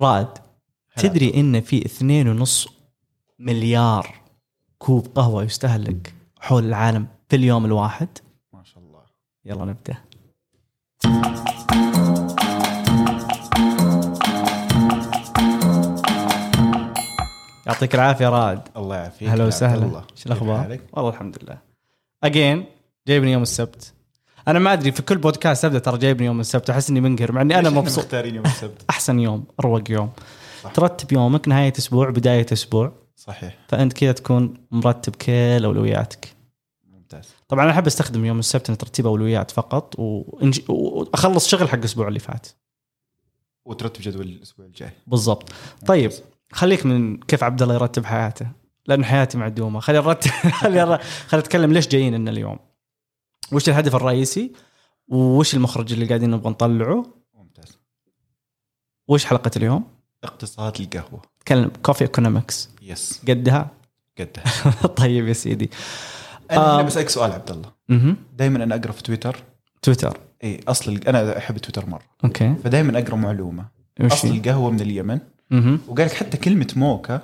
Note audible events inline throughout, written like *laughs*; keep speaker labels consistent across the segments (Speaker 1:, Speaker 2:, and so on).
Speaker 1: رائد تدري ان في اثنين ونص مليار كوب قهوه يستهلك حول العالم في اليوم الواحد
Speaker 2: ما شاء الله
Speaker 1: يلا نبدا يعطيك العافيه رائد
Speaker 2: الله يعافيك
Speaker 1: هلا
Speaker 2: يا عبد
Speaker 1: وسهلا
Speaker 2: الله.
Speaker 1: شو
Speaker 2: كيف
Speaker 1: الاخبار؟
Speaker 2: حالك؟
Speaker 1: والله الحمد لله اجين جايبني يوم السبت انا ما ادري في كل بودكاست ابدا ترى جايبني يوم السبت احس اني منقهر مع اني انا
Speaker 2: ليش إحنا
Speaker 1: مبسوط
Speaker 2: مختارين يوم
Speaker 1: *laughs*
Speaker 2: السبت
Speaker 1: احسن يوم اروق يوم
Speaker 2: صح.
Speaker 1: ترتب يومك نهايه اسبوع بدايه اسبوع
Speaker 2: صحيح
Speaker 1: فانت كذا تكون مرتب كل اولوياتك
Speaker 2: ممتاز
Speaker 1: طبعا انا احب استخدم يوم السبت إن ترتيب اولويات فقط وإنج- واخلص شغل حق الاسبوع اللي فات
Speaker 2: وترتب جدول الاسبوع الجاي
Speaker 1: بالضبط طيب خليك من كيف عبد الله يرتب حياته لان حياتي معدومه خلينا نرتب *laughs* خلينا خلينا نتكلم ليش جايين لنا اليوم وش الهدف الرئيسي وش المخرج اللي قاعدين نبغى نطلعه
Speaker 2: ممتاز
Speaker 1: وش حلقه اليوم
Speaker 2: اقتصاد القهوه
Speaker 1: نتكلم كوفي ايكونومكس
Speaker 2: يس
Speaker 1: قدها *laughs*
Speaker 2: قدها
Speaker 1: طيب يا سيدي
Speaker 2: انا
Speaker 1: آم.
Speaker 2: بسالك آه، سؤال عبد الله
Speaker 1: مهم.
Speaker 2: دائما انا اقرا في تويتر
Speaker 1: تويتر
Speaker 2: اي اصل ال- انا احب تويتر مره
Speaker 1: اوكي
Speaker 2: فدائما اقرا معلومه
Speaker 1: وش
Speaker 2: اصل
Speaker 1: هي؟
Speaker 2: القهوه من اليمن
Speaker 1: مهم.
Speaker 2: وقال لك حتى كلمه موكا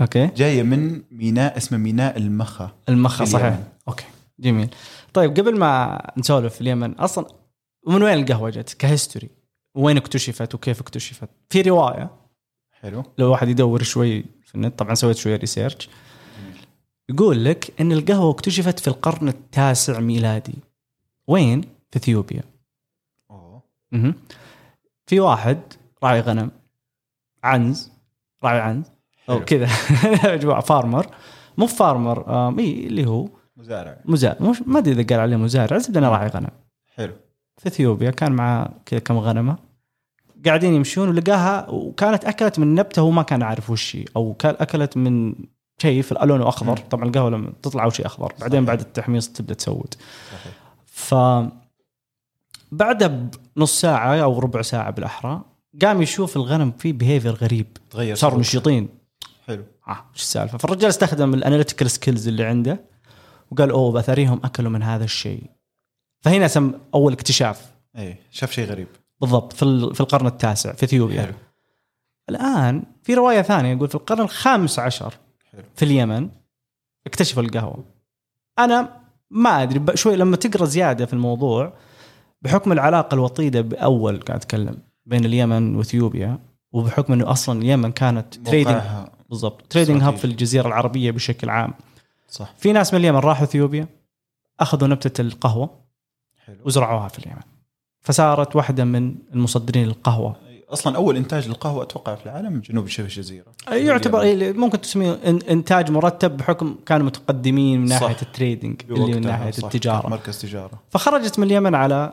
Speaker 1: اوكي
Speaker 2: جايه من ميناء اسمه ميناء المخا
Speaker 1: المخا
Speaker 2: اليمن.
Speaker 1: صحيح اوكي جميل طيب قبل ما نسولف اليمن اصلا من وين القهوه جت كهيستوري وين اكتشفت وكيف اكتشفت في روايه
Speaker 2: حلو
Speaker 1: لو واحد يدور شوي في النت طبعا سويت شويه ريسيرش يقول لك ان القهوه اكتشفت في القرن التاسع ميلادي وين في اثيوبيا
Speaker 2: اوه
Speaker 1: مهم. في واحد راعي غنم عنز راعي عنز او
Speaker 2: حلو.
Speaker 1: كذا *laughs* يا جماعه فارمر مو فارمر آم، إي، اللي هو
Speaker 2: مزارع
Speaker 1: مزارع مش ما ادري اذا قال عليه مزارع زبده انا راعي غنم
Speaker 2: حلو
Speaker 1: في اثيوبيا كان معاه كذا كم غنمه قاعدين يمشون ولقاها وكانت اكلت من نبته وما كان عارف وش هي او كان اكلت من شيء في لونه اخضر
Speaker 2: مم.
Speaker 1: طبعا القهوه لما تطلع شيء اخضر بعدين
Speaker 2: صحيح.
Speaker 1: بعد التحميص تبدا تسود
Speaker 2: صحيح
Speaker 1: ف بعدها بنص ساعه او ربع ساعه بالاحرى قام يشوف الغنم فيه بيهيفير غريب
Speaker 2: تغير
Speaker 1: صاروا
Speaker 2: سلوكه.
Speaker 1: نشيطين
Speaker 2: حلو
Speaker 1: اه شو السالفه فالرجال استخدم الاناليتيكال سكيلز اللي عنده وقال اوه بثريهم اكلوا من هذا الشيء فهنا سم اول اكتشاف
Speaker 2: اي إيه، شاف شيء غريب
Speaker 1: بالضبط في ال- في القرن التاسع في اثيوبيا
Speaker 2: حلو
Speaker 1: الان في روايه ثانيه يقول في القرن الخامس عشر
Speaker 2: حلو
Speaker 1: في اليمن اكتشفوا القهوه انا ما ادري ب- شوي لما تقرا زياده في الموضوع بحكم العلاقه الوطيده باول قاعد اتكلم بين اليمن واثيوبيا وبحكم انه اصلا اليمن كانت تريدنج
Speaker 2: موقعها-
Speaker 1: بالضبط تريدنج هاب
Speaker 2: استراتيجي.
Speaker 1: في الجزيره العربيه بشكل عام
Speaker 2: صح
Speaker 1: في ناس من اليمن راحوا اثيوبيا اخذوا نبته القهوه
Speaker 2: حلو
Speaker 1: وزرعوها في اليمن فصارت واحده من المصدرين للقهوه
Speaker 2: أي، اصلا اول انتاج للقهوه اتوقع في العالم جنوب شبه الجزيره
Speaker 1: يعتبر
Speaker 2: يعني
Speaker 1: إيه، ممكن تسميه إن- انتاج مرتب بحكم كانوا متقدمين من
Speaker 2: صح.
Speaker 1: ناحيه التريدنج اللي من
Speaker 2: بوقتها،
Speaker 1: ناحيه
Speaker 2: صح، كانت
Speaker 1: التجاره
Speaker 2: مركز تجاره
Speaker 1: فخرجت من اليمن على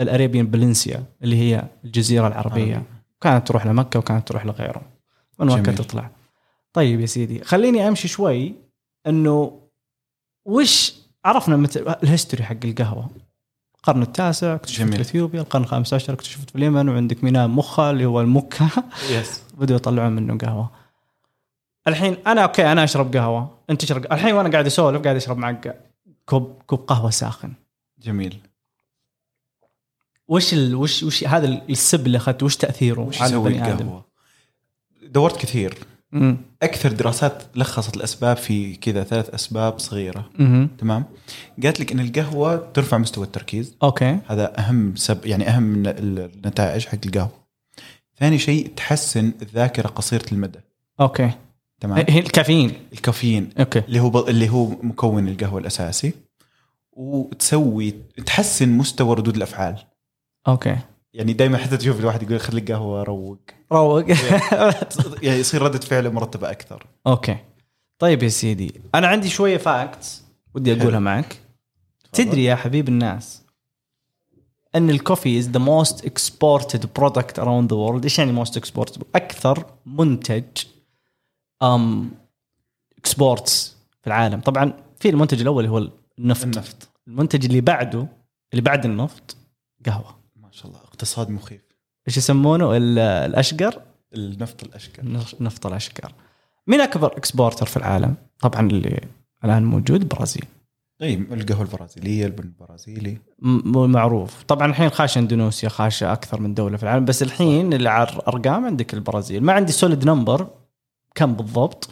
Speaker 1: الاريبيان بلنسيا اللي هي الجزيره العربيه كانت تروح لمكه وكانت تروح لغيره من مكه
Speaker 2: جميل.
Speaker 1: تطلع طيب يا سيدي خليني امشي شوي انه وش عرفنا مثل الهيستوري حق القهوه القرن التاسع اكتشفت
Speaker 2: جميل.
Speaker 1: في اثيوبيا القرن الخامس عشر اكتشفت في اليمن وعندك ميناء مخا اللي هو المكه
Speaker 2: يس
Speaker 1: بدوا يطلعون منه قهوه الحين انا اوكي انا اشرب قهوه انت تشرب الحين وانا قاعد اسولف قاعد اشرب معك كوب كوب قهوه ساخن
Speaker 2: جميل
Speaker 1: وش ال... وش وش هذا السب اللي اخذته وش تاثيره
Speaker 2: وش يسوي القهوه؟ دورت كثير
Speaker 1: امم
Speaker 2: اكثر دراسات لخصت الاسباب في كذا ثلاث اسباب صغيره
Speaker 1: أمم.
Speaker 2: تمام قالت لك ان القهوه ترفع مستوى التركيز
Speaker 1: اوكي
Speaker 2: هذا اهم سب يعني اهم من ال- النتائج حق القهوه ثاني شيء تحسن الذاكره قصيره المدى
Speaker 1: اوكي
Speaker 2: تمام
Speaker 1: هي الكافيين
Speaker 2: الكافيين
Speaker 1: اوكي
Speaker 2: اللي هو ب- اللي هو مكون القهوه الاساسي وتسوي تحسن مستوى ردود الافعال
Speaker 1: اوكي
Speaker 2: يعني دائما حتى تشوف الواحد يقول خلي القهوه روق *laughs*
Speaker 1: روق *laughs*
Speaker 2: يعني يصير رده فعله مرتبه اكثر
Speaker 1: اوكي طيب يا سيدي انا عندي شويه فاكتس ودي اقولها
Speaker 2: حلو.
Speaker 1: معك تدري يا حبيب الناس ان الكوفي از ذا موست اكسبورتد برودكت اراوند ذا وورلد ايش يعني موست اكسبورتد اكثر منتج ام اكسبورتس في العالم طبعا في المنتج الاول اللي هو النفط
Speaker 2: النفط
Speaker 1: المنتج اللي بعده اللي بعد النفط قهوه
Speaker 2: ما شاء الله اقتصاد مخيف
Speaker 1: ايش يسمونه ال- الاشقر
Speaker 2: النفط الاشكال
Speaker 1: نفط الاشقر مين اكبر اكسبورتر في العالم طبعا اللي الان موجود برازيل
Speaker 2: طيب القهوه البرازيليه البن البرازيلي
Speaker 1: م- مو معروف طبعا الحين خاشه اندونيسيا خاشه اكثر من دوله في العالم بس الحين الارقام عندك البرازيل ما عندي سوليد نمبر كم بالضبط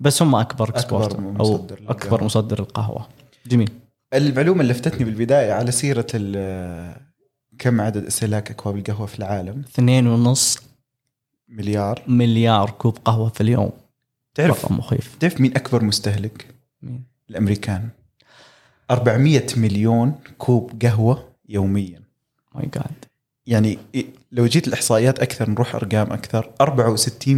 Speaker 1: بس هم اكبر
Speaker 2: أكبر
Speaker 1: اكسبورتر او
Speaker 2: مصدر للقهوة.
Speaker 1: اكبر مصدر القهوه جميل
Speaker 2: المعلومه اللي لفتتني بالبدايه على سيره ال- كم عدد استهلاك اكواب القهوه في العالم
Speaker 1: اثنين ونص
Speaker 2: مليار
Speaker 1: مليار كوب قهوه في اليوم
Speaker 2: تعرف
Speaker 1: رقم مخيف
Speaker 2: تعرف مين اكبر مستهلك
Speaker 1: مين؟
Speaker 2: الامريكان 400 مليون كوب قهوه يوميا
Speaker 1: ماي جاد
Speaker 2: يعني إي- لو جيت الاحصائيات اكثر نروح ارقام اكثر 64%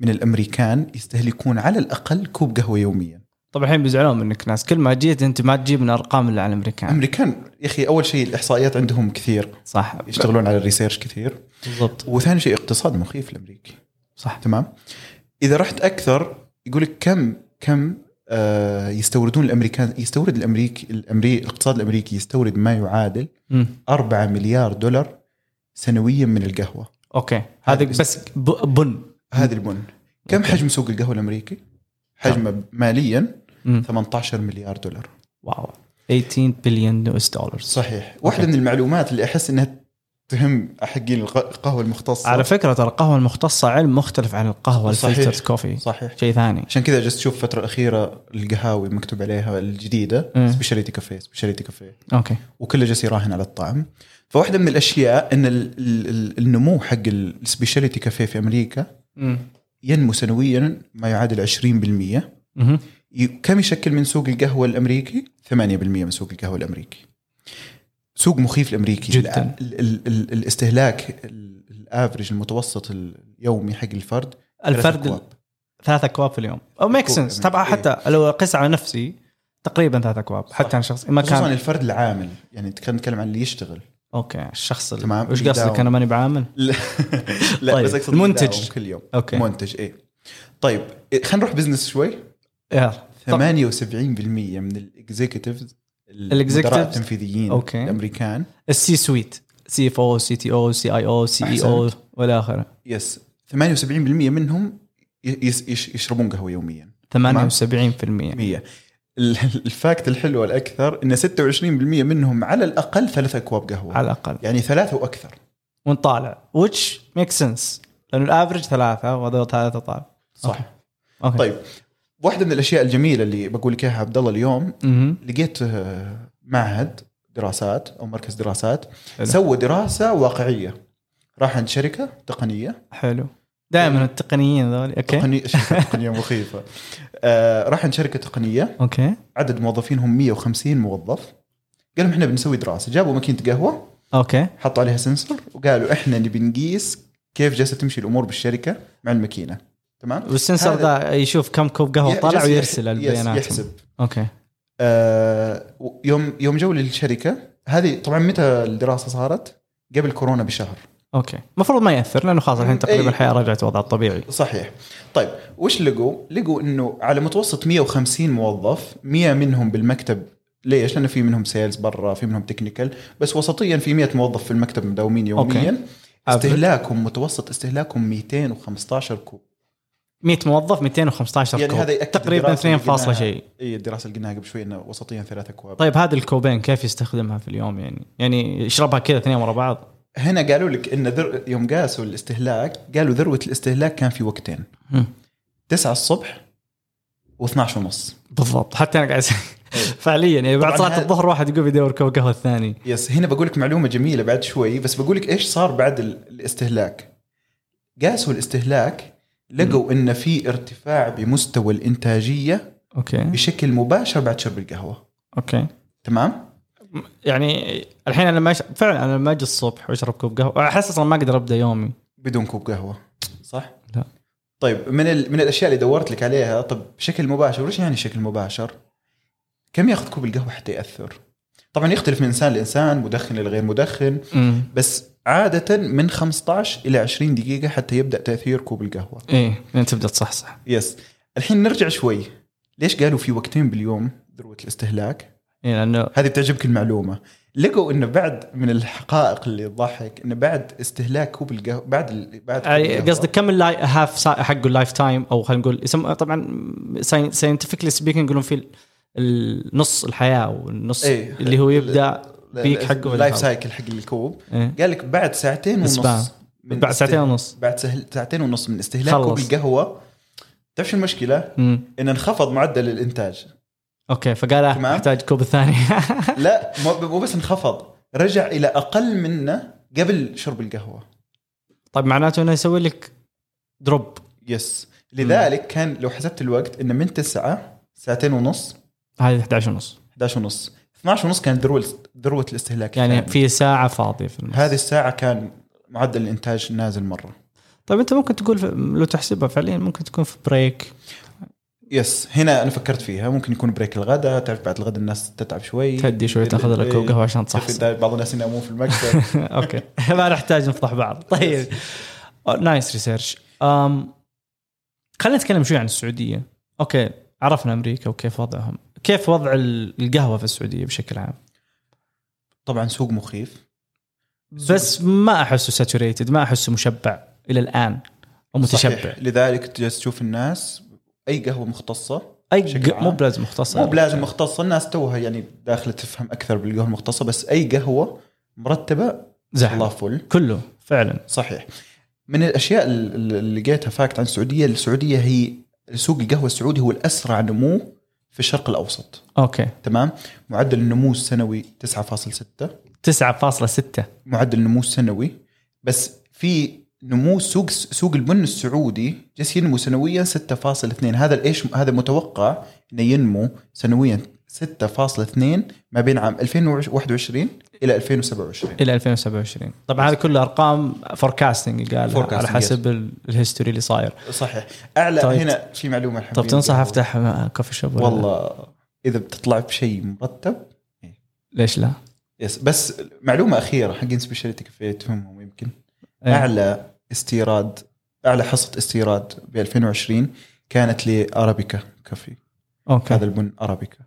Speaker 2: من الامريكان يستهلكون على الاقل كوب قهوه يوميا
Speaker 1: طبعا الحين بيزعلون منك ناس كل ما جيت انت ما تجيب من الارقام اللي على
Speaker 2: أمم.
Speaker 1: الامريكان
Speaker 2: الامريكان يا اخي اول شيء الاحصائيات عندهم كثير
Speaker 1: صح
Speaker 2: يشتغلون على الريسيرش كثير
Speaker 1: بالضبط
Speaker 2: وثاني شيء اقتصاد مخيف الامريكي
Speaker 1: صح
Speaker 2: تمام اذا رحت اكثر يقول لك كم كم آه، يستوردون الامريكان يستورد الامريكي الامريكي الاقتصاد الامريكي يستورد ما يعادل
Speaker 1: مم.
Speaker 2: 4 مليار دولار سنويا من القهوه
Speaker 1: اوكي هذا
Speaker 2: بس-
Speaker 1: بس ب- بن
Speaker 2: هذه البن كم حجم سوق القهوه الامريكي حجمه ماليا
Speaker 1: نعم. مم.
Speaker 2: 18 مليار دولار
Speaker 1: واو 18 بليون يو اس دولار
Speaker 2: صحيح واحده من المعلومات اللي احس انها تهم حقين الق- القهوه المختصه
Speaker 1: على فكره ترى القهوه المختصه علم مختلف عن القهوه
Speaker 2: صحيح.
Speaker 1: الفلترد كوفي
Speaker 2: صحيح
Speaker 1: شيء ثاني
Speaker 2: عشان كذا جالس تشوف الفتره الاخيره القهاوي مكتوب عليها الجديده
Speaker 1: مم.
Speaker 2: سبيشاليتي كافيه سبيشاليتي كافيه
Speaker 1: اوكي
Speaker 2: وكله جالس يراهن على الطعم فواحده من الاشياء ان ال ال ال النمو حق السبيشاليتي كافيه في امريكا ينمو سنويا ما يعادل 20%
Speaker 1: مهم.
Speaker 2: ي- كم يشكل من سوق القهوه الامريكي 8% من سوق القهوه الامريكي سوق مخيف الامريكي
Speaker 1: جداً.
Speaker 2: ال ال ال الاستهلاك ال- الافرج المتوسط اليومي حق الفرد ثلاثة
Speaker 1: الفرد
Speaker 2: أكواب.
Speaker 1: ثلاث اكواب في اليوم Oh, او ميك
Speaker 2: أكواب،
Speaker 1: سنس تبع
Speaker 2: إيه.
Speaker 1: حتى لو اقيس على نفسي تقريبا ثلاث اكواب حتى عن شخص ما
Speaker 2: خصوصا
Speaker 1: كان
Speaker 2: الفرد العامل يعني كان نتكلم عن اللي يشتغل *laughs*
Speaker 1: اوكي الشخص اللي-
Speaker 2: تمام،
Speaker 1: وش قصدك
Speaker 2: يداوم.
Speaker 1: انا ماني بعامل
Speaker 2: لا, لا
Speaker 1: طيب،
Speaker 2: بس اقصد
Speaker 1: المنتج.
Speaker 2: يداوم كل يوم
Speaker 1: أوكي.
Speaker 2: منتج ايه طيب إيه، خلينا نروح بزنس شوي
Speaker 1: يلا
Speaker 2: 78% من الاكزيكتيفز
Speaker 1: Executives.
Speaker 2: التنفيذيين
Speaker 1: أوكي.
Speaker 2: الامريكان
Speaker 1: السي سويت سي اف او سي تي او سي اي او سي اي او
Speaker 2: أحسنت.
Speaker 1: E والى اخره
Speaker 2: يس 78% منهم يس يش- يشربون قهوه يوميا
Speaker 1: 78%
Speaker 2: 100 الفاكت الحلوه الاكثر ان 26% منهم على الاقل ثلاث اكواب قهوه
Speaker 1: على الاقل
Speaker 2: يعني ثلاثه واكثر
Speaker 1: ونطالع which makes sense لانه الافرج ثلاثه وهذول ثلاثه طالع
Speaker 2: صح
Speaker 1: اوكي
Speaker 2: طيب واحده من الاشياء الجميله اللي بقول لك اياها عبد الله اليوم
Speaker 1: مهم.
Speaker 2: لقيت آه، معهد دراسات او مركز دراسات
Speaker 1: حلو.
Speaker 2: سوى دراسه واقعيه راح عند شركه تقنيه
Speaker 1: حلو
Speaker 2: طيب.
Speaker 1: دائما التقنيين ذولي اوكي
Speaker 2: تقنيه شركه تقنيه مخيفه آه، راح عند شركه تقنيه
Speaker 1: اوكي
Speaker 2: عدد موظفينهم 150 موظف قال لهم احنا بنسوي دراسه جابوا ماكينه قهوه
Speaker 1: اوكي
Speaker 2: حطوا عليها سنسور وقالوا احنا نبي نقيس كيف جالسه تمشي الامور بالشركه مع الماكينه تمام
Speaker 1: والسنسر
Speaker 2: هذا-
Speaker 1: ذا يشوف كم كوب قهوه طلع
Speaker 2: جالس
Speaker 1: ويرسل
Speaker 2: يح- يس-
Speaker 1: البيانات
Speaker 2: يحسب
Speaker 1: اوكي
Speaker 2: آه، يوم يوم جو للشركه هذه طبعا متى الدراسه صارت؟ قبل كورونا بشهر
Speaker 1: اوكي المفروض ما ياثر لانه خلاص الحين تقريبا
Speaker 2: أي.
Speaker 1: الحياه رجعت وضعها الطبيعي
Speaker 2: صحيح طيب وش لقوا؟ لقوا انه على متوسط 150 موظف 100 منهم بالمكتب ليش؟ لانه في منهم سيلز برا في منهم تكنيكال بس وسطيا في 100 موظف في المكتب مداومين يوميا
Speaker 1: أوكي.
Speaker 2: استهلاكهم متوسط استهلاكهم 215 كوب
Speaker 1: 100 موظف 215
Speaker 2: يعني
Speaker 1: كوب
Speaker 2: هذا يأكد
Speaker 1: تقريبا
Speaker 2: الدراسة اللي
Speaker 1: 2 فاصلة
Speaker 2: قلناها.
Speaker 1: شيء
Speaker 2: اي الدراسه اللي قلناها قبل شوي انه وسطيا ثلاثة اكواب
Speaker 1: طيب هذه الكوبين كيف يستخدمها في اليوم يعني يعني يشربها كذا اثنين ورا بعض
Speaker 2: هنا قالوا لك ان ذر... يوم قاسوا الاستهلاك قالوا ذروه الاستهلاك كان في وقتين
Speaker 1: مم.
Speaker 2: 9 الصبح و12 ونص
Speaker 1: بالضبط حتى انا قاعد فعليا يعني بعد
Speaker 2: إيه. طبعاً
Speaker 1: صلاه
Speaker 2: هذا-
Speaker 1: الظهر واحد يقوم يدور كوب قهوه الثاني
Speaker 2: يس هنا بقول لك معلومه جميله بعد شوي بس بقول لك ايش صار بعد ال... الاستهلاك قاسوا الاستهلاك لقوا ان في ارتفاع بمستوى الانتاجيه
Speaker 1: اوكي
Speaker 2: بشكل مباشر بعد شرب القهوه
Speaker 1: اوكي
Speaker 2: تمام
Speaker 1: يعني الحين انا لما أش... فعلا انا لما اجي الصبح واشرب كوب قهوه احس اصلا ما اقدر ابدا يومي
Speaker 2: بدون كوب قهوه صح
Speaker 1: لا.
Speaker 2: طيب من ال... من الاشياء اللي دورت لك عليها طب بشكل مباشر وش يعني شكل مباشر كم ياخذ كوب القهوه حتى ياثر طبعا يختلف من انسان لانسان مدخن لغير مدخن بس عادة من 15 إلى 20 دقيقة حتى يبدأ تأثير كوب القهوة
Speaker 1: ايه لين تبدا تصحصح
Speaker 2: يس الحين نرجع شوي ليش قالوا في وقتين باليوم ذروة الاستهلاك
Speaker 1: إيه لانه
Speaker 2: هذه بتعجبك المعلومة لقوا انه بعد من الحقائق اللي تضحك انه بعد استهلاك كوب القهوة بعد ال- بعد كوب
Speaker 1: يعني
Speaker 2: القهوة-
Speaker 1: قصدك كم اللاي... هاف سا... حقه اللايف تايم او خلينا نقول يسم... طبعا ساينتفكلي سبيكينج يقولون في ال- نص الحياه والنص
Speaker 2: إيه.
Speaker 1: اللي هو يبدا
Speaker 2: لا-
Speaker 1: بيك
Speaker 2: لا-
Speaker 1: حقه ولا
Speaker 2: اللايف
Speaker 1: حاجة.
Speaker 2: سايكل حق الكوب
Speaker 1: إيه.
Speaker 2: قال لك بعد ساعتين ونص
Speaker 1: إسبان.
Speaker 2: من
Speaker 1: بعد ساعتين
Speaker 2: استهل-
Speaker 1: ونص
Speaker 2: بعد سهل ساعتين ونص من استهلاك كوب
Speaker 1: خلص.
Speaker 2: القهوه تعرف شو المشكله؟
Speaker 1: مم.
Speaker 2: انه انخفض
Speaker 1: *laughs*
Speaker 2: معدل الانتاج
Speaker 1: اوكي فقال آه،
Speaker 2: تمام.
Speaker 1: احتاج كوب الثاني *laughs*
Speaker 2: لا مو مو بس انخفض رجع الى اقل منه قبل شرب القهوه
Speaker 1: طيب معناته انه يسوي لك دروب
Speaker 2: يس لذلك كان لو حسبت الوقت انه من 9 ساعتين ونص
Speaker 1: هذه 11 ونص
Speaker 2: 11 ونص 12 ونص كانت ذروه ذروه الاستهلاك
Speaker 1: يعني
Speaker 2: الثاني.
Speaker 1: في ساعه فاضيه في النص
Speaker 2: هذه الساعه كان معدل الانتاج نازل مره
Speaker 1: طيب انت ممكن تقول في- لو تحسبها فعليا ممكن تكون في بريك
Speaker 2: يس هنا انا فكرت فيها ممكن يكون بريك الغداء تعرف بعد الغداء الناس تتعب شوي
Speaker 1: تهدي شوي تاخذ لك كوب قهوه عشان تصحصح
Speaker 2: تعرف *laughs* إذا بعض الناس ينامون
Speaker 1: *laughs*
Speaker 2: في المكتب
Speaker 1: اوكي ما نحتاج نفضح
Speaker 2: *laughs*
Speaker 1: بعض طيب أو- نايس ريسيرش أم خلينا نتكلم شوي عن السعوديه اوكي عرفنا امريكا وكيف وضعهم كيف وضع ال- القهوه في السعوديه بشكل عام
Speaker 2: طبعا سوق مخيف
Speaker 1: بس ما احسه ساتوريتد ما احسه مشبع الى الان او متشبع
Speaker 2: صحيح. لذلك تجلس تشوف الناس اي قهوه مختصه
Speaker 1: اي
Speaker 2: بشكل
Speaker 1: ق-
Speaker 2: عام.
Speaker 1: مو بلازم مختص
Speaker 2: مو بلازم مختصه الناس توها يعني داخله تفهم اكثر بالقهوه المختصه بس اي قهوه مرتبه الله
Speaker 1: زحمه
Speaker 2: فل
Speaker 1: كله فعلا
Speaker 2: صحيح من الاشياء ال- ال- اللي لقيتها فاكت عن السعوديه السعوديه هي سوق القهوه السعودي هو الاسرع نمو في الشرق الاوسط
Speaker 1: اوكي
Speaker 2: تمام معدل النمو السنوي 9.6
Speaker 1: 9.6
Speaker 2: معدل النمو السنوي بس في نمو سوق سوق البن السعودي جالس ينمو سنويا 6.2 هذا الايش هذا متوقع انه ينمو سنويا 6.2 ما بين عام 2021 الى 2027
Speaker 1: الى 2027 طبعا هذا كله ارقام فوركاستنج قال على
Speaker 2: Forecasting,
Speaker 1: حسب ال- الهيستوري اللي صاير
Speaker 2: صحيح اعلى
Speaker 1: طيب.
Speaker 2: هنا في معلومه الحين
Speaker 1: طب تنصح افتح كوفي شوب ولا لا؟
Speaker 2: والله اذا بتطلع بشيء مرتب
Speaker 1: ليش لا؟
Speaker 2: يس بس معلومه اخيره حقين سبيشاليتي كافيه تفهمهم يمكن
Speaker 1: إيه.
Speaker 2: اعلى استيراد اعلى حصه استيراد ب 2020 كانت لارابيكا كافي
Speaker 1: اوكي
Speaker 2: هذا البن ارابيكا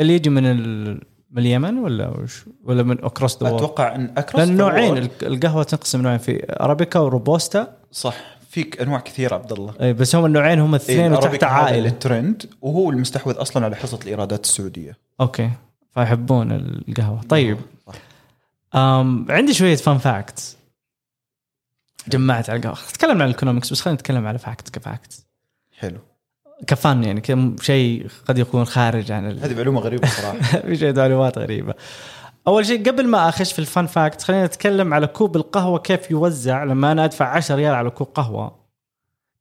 Speaker 1: اللي يجي من ال... من اليمن ولا وش ولا من اكروس ذا وورد
Speaker 2: اتوقع ان اكرس
Speaker 1: لان نوعين
Speaker 2: فور-
Speaker 1: الك- القهوه تنقسم نوعين في ارابيكا وروبوستا
Speaker 2: صح فيك انواع كثيره عبد الله
Speaker 1: إي، بس هم النوعين هم الاثنين وتحت
Speaker 2: الأرابيكا إيه، هذا
Speaker 1: عائله
Speaker 2: الترند وهو المستحوذ اصلا على حصه الايرادات السعوديه
Speaker 1: اوكي فيحبون القهوه طيب
Speaker 2: صح.
Speaker 1: أم عندي شويه فان فاكتس جمعت على القهوه تكلمنا عن الايكونومكس بس خلينا نتكلم على فاكت كفاكت
Speaker 2: حلو
Speaker 1: كفان يعني كم شيء قد يكون خارج عن
Speaker 2: *laughs*
Speaker 1: ال...
Speaker 2: هذه معلومه غريبه
Speaker 1: *laughs*
Speaker 2: صراحه
Speaker 1: في شويه معلومات غريبه. اول شيء قبل ما اخش في الفان فاكت خلينا نتكلم على كوب القهوه كيف يوزع لما انا ادفع 10 ريال على كوب قهوه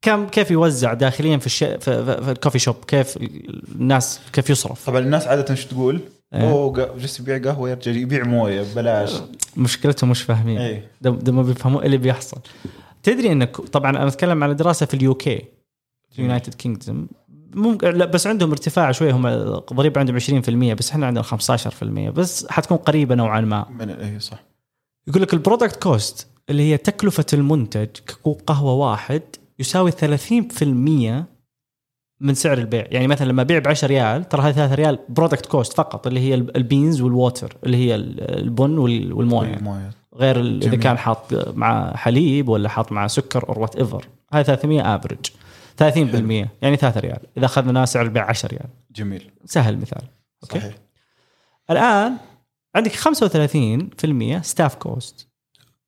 Speaker 1: كم كيف يوزع داخليا في الش... في, في, في الكوفي شوب كيف ال- الناس كيف يصرف
Speaker 2: طبعا الناس عاده شو تقول؟
Speaker 1: إيه.
Speaker 2: اوه قا- جالس يبيع قهوه يرجع يبيع مويه ببلاش
Speaker 1: مشكلتهم مش فاهمين
Speaker 2: ايه
Speaker 1: ده, ده ما بيفهموا إيه اللي بيحصل تدري انك طبعا انا اتكلم على دراسه في اليو كي يونايتد كينجدوم ممكن لا بس عندهم ارتفاع شوي هم قريب عندهم 20% بس احنا عندنا 15% بس حتكون قريبه نوعا ما
Speaker 2: من اي صح
Speaker 1: يقول لك البرودكت كوست اللي هي تكلفة المنتج ككوب قهوة واحد يساوي 30% من سعر البيع يعني مثلا لما بيع ب 10 ريال ترى هذه 3 ريال برودكت كوست فقط اللي هي ال- البينز والووتر اللي هي ال- البن وال- والمويه
Speaker 2: المويه
Speaker 1: غير ال- اذا
Speaker 2: جميل.
Speaker 1: كان حاط مع حليب ولا حاط مع سكر او وات ايفر هاي 300 افرج 30% يعني 3 ريال اذا اخذنا سعر البيع 10 ريال
Speaker 2: جميل
Speaker 1: سهل المثال أوكي.
Speaker 2: صحيح
Speaker 1: الان عندك 35% ستاف كوست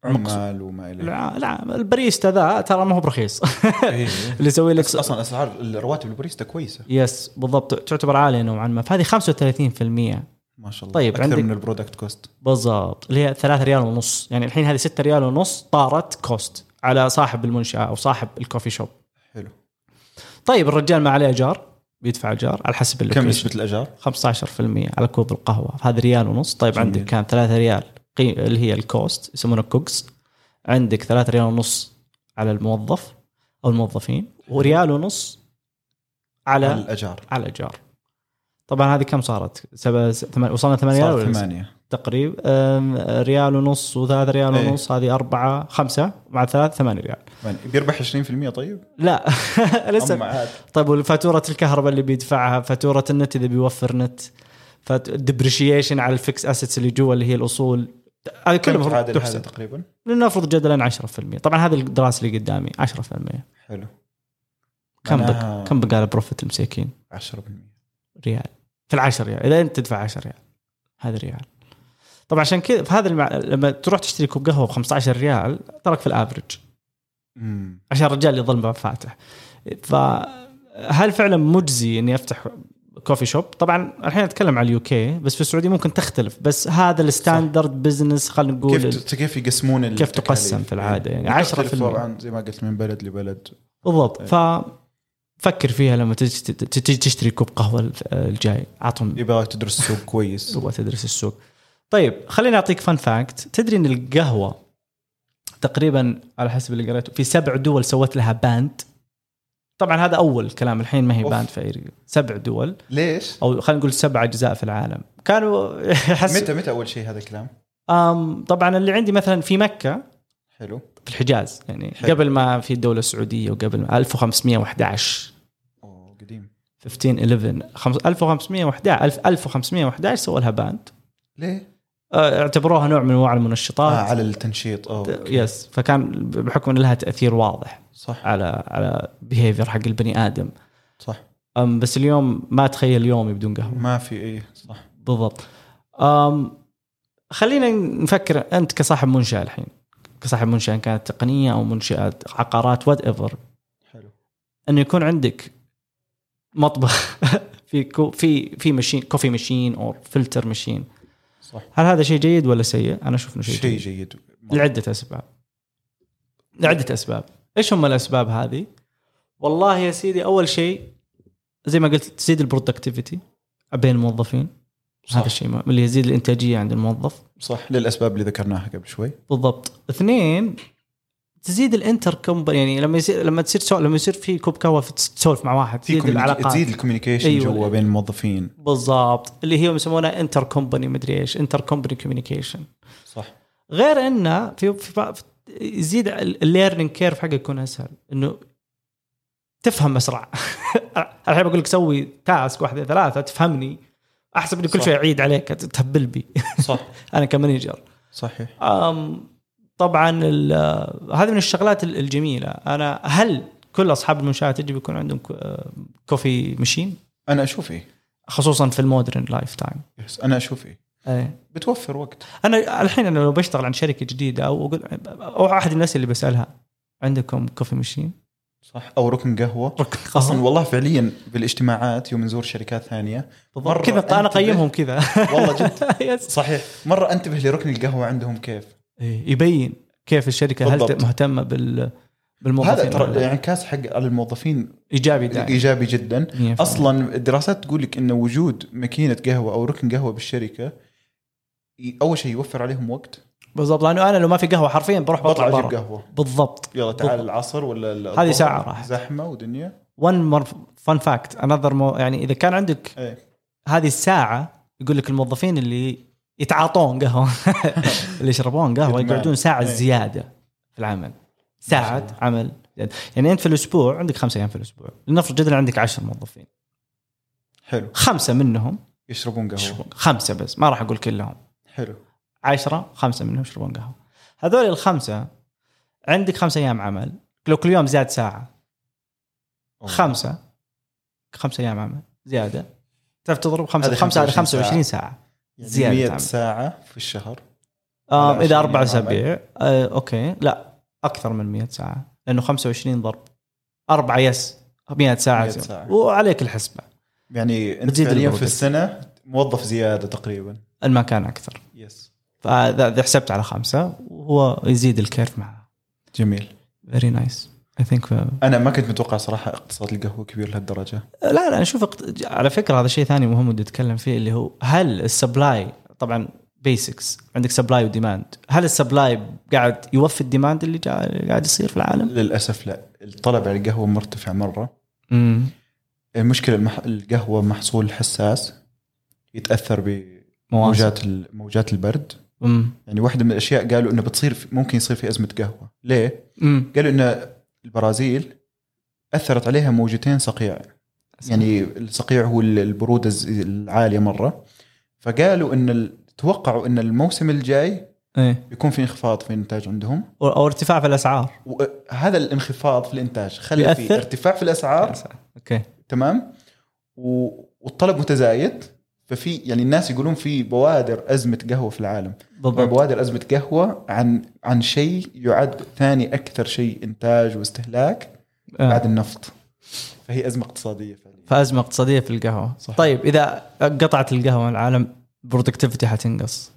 Speaker 2: عمال وما الى
Speaker 1: لا لا الباريستا ذا ترى ما هو برخيص
Speaker 2: إيه.
Speaker 1: اللي يسوي *laughs* لك
Speaker 2: اصلا اسعار الرواتب الباريستا كويسه
Speaker 1: يس بالضبط تعتبر عاليه نوعا ما فهذه 35%
Speaker 2: ما شاء الله
Speaker 1: طيب،
Speaker 2: اكثر
Speaker 1: عندك-
Speaker 2: من البرودكت كوست
Speaker 1: بالضبط اللي هي 3 ريال ونص يعني الحين هذه 6 ريال ونص طارت كوست على صاحب المنشاه او صاحب الكوفي شوب
Speaker 2: حلو
Speaker 1: طيب الرجال ما عليه اجار بيدفع اجار على حسب
Speaker 2: كم
Speaker 1: اللوكيشن
Speaker 2: نسبه الاجار؟
Speaker 1: 15% على كوب القهوه هذا ريال ونص طيب
Speaker 2: جميل.
Speaker 1: عندك كان 3 ريال قي- اللي هي الكوست يسمونها كوكس عندك 3 ريال ونص على الموظف او الموظفين وريال ونص
Speaker 2: على
Speaker 1: على
Speaker 2: الاجار
Speaker 1: على الايجار طبعا هذه كم صارت؟ سبعة س- ثمان وصلنا 8 ريال
Speaker 2: صار
Speaker 1: ولا
Speaker 2: ثمانية
Speaker 1: تقريبا أم، ريال ونص وثلاث ريال
Speaker 2: إيه.
Speaker 1: ونص هذه أربعة خمسة مع ثلاث ثمانية ريال
Speaker 2: ثمانية. بيربح 20% طيب؟
Speaker 1: لا *laughs* لسه
Speaker 2: أما عاد
Speaker 1: طيب والفاتورة الكهرباء اللي بيدفعها فاتورة النت إذا بيوفر نت الدبريشيشن على الفكس اسيتس اللي جوا اللي هي الاصول هذه كلها
Speaker 2: كم
Speaker 1: المفروض
Speaker 2: تعادل هذا
Speaker 1: طيب، تحسب
Speaker 2: تقريبا؟
Speaker 1: لنفرض جدلا 10% طبعا هذه الدراسه اللي قدامي 10%
Speaker 2: حلو
Speaker 1: كم بق...
Speaker 2: معناها
Speaker 1: كم بقى على بروفيت المساكين
Speaker 2: 10%
Speaker 1: ريال في العشر ريال اذا انت تدفع 10 ريال هذا ريال طبعا عشان كذا في هذا المع... لما تروح تشتري كوب قهوه ب 15 ريال تراك في الافرج
Speaker 2: مم.
Speaker 1: عشان الرجال يظل ما فاتح فهل فعلا مجزي اني افتح كوفي شوب طبعا الحين اتكلم على اليو كي بس في السعوديه ممكن تختلف بس هذا الستاندرد بزنس خلينا نقول ال-
Speaker 2: كيف كيف يقسمون
Speaker 1: كيف تقسم
Speaker 2: التكاليف؟
Speaker 1: في العادة يعني؟
Speaker 2: يختلف
Speaker 1: 10%
Speaker 2: طبعا زي ما قلت من بلد لبلد
Speaker 1: بالضبط
Speaker 2: إيه.
Speaker 1: ف فكر فيها لما تجي تت- تجي تشتري كوب قهوه الجاي اعطهم
Speaker 2: يبغاك تدرس السوق
Speaker 1: *laughs*
Speaker 2: كويس
Speaker 1: تبغى تدرس السوق طيب خليني اعطيك فان فاكت تدري ان القهوه تقريبا على حسب اللي قريته في سبع دول سوت لها باند طبعا هذا اول كلام الحين ما هي
Speaker 2: أوف.
Speaker 1: باند في أي- سبع دول
Speaker 2: ليش؟
Speaker 1: او خلينا نقول سبع اجزاء في العالم كانوا *laughs* يحس
Speaker 2: متى متى اول شيء هذا الكلام؟
Speaker 1: أم طبعا اللي عندي مثلا في مكه
Speaker 2: حلو
Speaker 1: في الحجاز يعني
Speaker 2: حلو.
Speaker 1: قبل ما في الدوله السعوديه وقبل ما 1511
Speaker 2: اوه قديم
Speaker 1: 1511 خمس- 1511 1511 سووا لها باند
Speaker 2: ليه؟
Speaker 1: أه، اعتبروها نوع من انواع المنشطات
Speaker 2: آه على التنشيط اوه
Speaker 1: يس فكان بحكم ان لها تاثير واضح
Speaker 2: صح
Speaker 1: على على بيهيفير حق البني ادم
Speaker 2: صح
Speaker 1: أم بس اليوم ما اتخيل يومي بدون قهوه
Speaker 2: ما في اي صح
Speaker 1: بالضبط أم خلينا نفكر انت كصاحب منشاه الحين كصاحب منشاه ان كانت تقنيه او منشاه عقارات وات ايفر
Speaker 2: حلو
Speaker 1: انه يكون عندك مطبخ *laughs* في كو في في ماشين كوفي ماشين او فلتر ماشين
Speaker 2: صح
Speaker 1: هل هذا شيء جيد ولا سيء؟ انا اشوف انه شيء جيد
Speaker 2: شيء جيد
Speaker 1: لعدة أسباب لعدة أسباب إيش هم الأسباب هذه والله يا سيدي أول شيء زي ما قلت تزيد البرودكتيفيتي بين الموظفين
Speaker 2: صح.
Speaker 1: هذا الشيء مهم، اللي يزيد الإنتاجية عند الموظف
Speaker 2: صح للاسباب اللي ذكرناها قبل شوي
Speaker 1: بالضبط اثنين تزيد الانتر كومباني يعني لما يصير لما تصير سو... لما يصير في كوب قهوه تسولف مع واحد
Speaker 2: في
Speaker 1: تزيد
Speaker 2: كوميونيك-
Speaker 1: العلاقات
Speaker 2: تزيد الكوميونيكيشن
Speaker 1: أيوة.
Speaker 2: جوا بين الموظفين
Speaker 1: بالضبط اللي هي يسمونها انتر كومباني مدري ايش انتر كومباني كوميونيكيشن
Speaker 2: صح
Speaker 1: غير انه في, في, بع- في يزيد الليرنينج كيرف حقك يكون اسهل انه تفهم اسرع *laughs* الحين بقول لك سوي تاسك واحد اثنين ثلاثه تفهمني احسب اني كل
Speaker 2: صح.
Speaker 1: شيء اعيد عليك تهبل بي *laughs*
Speaker 2: صح
Speaker 1: انا كمانجر
Speaker 2: صحيح
Speaker 1: أم، طبعا ال- هذه من الشغلات ال- الجميله انا هل كل اصحاب المنشات يجب يكون عندهم كو- كوفي مشين
Speaker 2: انا اشوف ايه
Speaker 1: خصوصا في المودرن لايف تايم
Speaker 2: يس انا اشوف ايه بتوفر وقت
Speaker 1: انا الحين انا لو بشتغل عن شركه جديده او اقول او احد الناس اللي بسالها عندكم كوفي ماشين؟
Speaker 2: صح او ركن قهوه اصلا والله فعليا بالاجتماعات يوم نزور شركات ثانيه مرة
Speaker 1: كذا انا
Speaker 2: أنتبه.
Speaker 1: قيمهم كذا
Speaker 2: والله
Speaker 1: *laughs*
Speaker 2: جد
Speaker 1: يس.
Speaker 2: صحيح مره انتبه لركن القهوه عندهم كيف
Speaker 1: إيه، يبين كيف الشركه هل
Speaker 2: بالضبط.
Speaker 1: مهتمه بال بالموظفين
Speaker 2: هذا
Speaker 1: ولا
Speaker 2: ترى يعني
Speaker 1: لا.
Speaker 2: انعكاس حق على الموظفين
Speaker 1: ايجابي دائما
Speaker 2: ايجابي جدا
Speaker 1: 100%.
Speaker 2: اصلا الدراسات تقول لك انه وجود ماكينه قهوه او ركن قهوه بالشركه ي- اول شيء يوفر عليهم وقت
Speaker 1: بالضبط لانه انا لو ما في قهوه حرفيا بروح
Speaker 2: بطلع
Speaker 1: بطلع
Speaker 2: اجيب
Speaker 1: برا
Speaker 2: قهوه
Speaker 1: بالضبط
Speaker 2: يلا تعال العصر ولا ال-
Speaker 1: هذه ساعة
Speaker 2: الظهر،
Speaker 1: راحت.
Speaker 2: زحمه ودنيا
Speaker 1: ون فان فاكت انذر يعني اذا كان عندك
Speaker 2: ايه
Speaker 1: هذه الساعه يقول لك الموظفين اللي يتعاطون
Speaker 2: *laughs*
Speaker 1: قهوه اللي يشربون قهوه
Speaker 2: إدمان.
Speaker 1: يقعدون ساعه
Speaker 2: إيه.
Speaker 1: زياده في العمل
Speaker 2: ما
Speaker 1: ساعه
Speaker 2: شاء
Speaker 1: عمل زيادة. يعني انت في الاسبوع عندك خمسة ايام في الاسبوع لنفرض جدلا عندك عشر موظفين
Speaker 2: حلو
Speaker 1: خمسه منهم
Speaker 2: يشربون قهوه
Speaker 1: يشربون خمسه بس ما راح اقول كلهم
Speaker 2: حلو
Speaker 1: عشرة خمسه منهم يشربون قهوه هذول الخمسه عندك خمسة ايام عمل لو كل يوم زاد ساعه
Speaker 2: أوه.
Speaker 1: خمسه خمسه ايام عمل زياده تعرف تضرب خمسه
Speaker 2: هذه
Speaker 1: خمسه هذه
Speaker 2: 25
Speaker 1: 25 ساعه
Speaker 2: يعني
Speaker 1: زيادة
Speaker 2: 100
Speaker 1: عمل.
Speaker 2: ساعه في الشهر
Speaker 1: آم،
Speaker 2: ولا
Speaker 1: اذا
Speaker 2: 20
Speaker 1: اربع
Speaker 2: يوم
Speaker 1: اسابيع آه، اوكي لا اكثر من 100 ساعه لانه 25 ضرب اربعه يس 100 ساعه,
Speaker 2: 100
Speaker 1: 100
Speaker 2: ساعة.
Speaker 1: ساعة. وعليك الحسبه
Speaker 2: يعني انت
Speaker 1: بتزيد
Speaker 2: فعليا في
Speaker 1: البرودكت.
Speaker 2: السنه موظف زياده تقريبا
Speaker 1: المكان اكثر
Speaker 2: يس
Speaker 1: فاذا إذا حسبت على خمسه وهو يزيد الكيرف معه
Speaker 2: جميل
Speaker 1: فيري نايس اي ثينك
Speaker 2: انا ما كنت متوقع صراحه اقتصاد القهوه كبير لهالدرجه
Speaker 1: لا لا نشوف اقت- على فكره هذا شيء ثاني مهم ودي اتكلم فيه اللي هو هل السبلاي طبعا بيسكس عندك سبلاي وديماند هل السبلاي قاعد يوفي الديماند اللي جا- قاعد يصير في العالم؟
Speaker 2: للاسف لا الطلب على القهوه مرتفع مره
Speaker 1: امم
Speaker 2: المشكله المح... القهوه محصول حساس يتاثر
Speaker 1: مواسم
Speaker 2: بموجات ال- موجات البرد
Speaker 1: امم
Speaker 2: يعني واحده من الاشياء قالوا انه بتصير في... ممكن يصير في ازمه قهوه ليه
Speaker 1: امم
Speaker 2: قالوا ان البرازيل اثرت عليها موجتين صقيع يعني الصقيع هو ال- البروده الز- العاليه مره فقالوا ان ال... توقعوا ان الموسم الجاي
Speaker 1: ايه
Speaker 2: بيكون في انخفاض في الانتاج عندهم
Speaker 1: او أو ارتفاع في الاسعار
Speaker 2: وهذا الانخفاض في الانتاج خلى في
Speaker 1: يأثر؟
Speaker 2: آه. ارتفاع في الاسعار
Speaker 1: اوكي
Speaker 2: تمام و- والطلب متزايد ففي يعني الناس يقولون في بوادر ازمه قهوه في العالم طبعاً
Speaker 1: بالضبط
Speaker 2: بوادر ازمه قهوه عن عن شيء يعد ثاني اكثر شيء انتاج واستهلاك بعد
Speaker 1: آه.
Speaker 2: النفط فهي ازمه اقتصاديه فعليا
Speaker 1: فازمه اقتصاديه في القهوه
Speaker 2: صح.
Speaker 1: طيب اذا قطعت القهوه عن العالم برودكتيفيتي حتنقص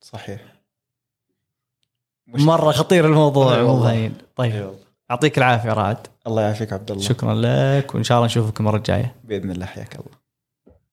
Speaker 2: صحيح مش-
Speaker 1: مره خطير الموضوع
Speaker 2: أي
Speaker 1: مو
Speaker 2: والله.
Speaker 1: هين
Speaker 2: أي
Speaker 1: طيب
Speaker 2: والله.
Speaker 1: يعطيك العافيه رعد
Speaker 2: الله يعافيك عبد الله
Speaker 1: شكرا لك وان شاء الله نشوفك المره الجايه
Speaker 2: باذن الله حياك الله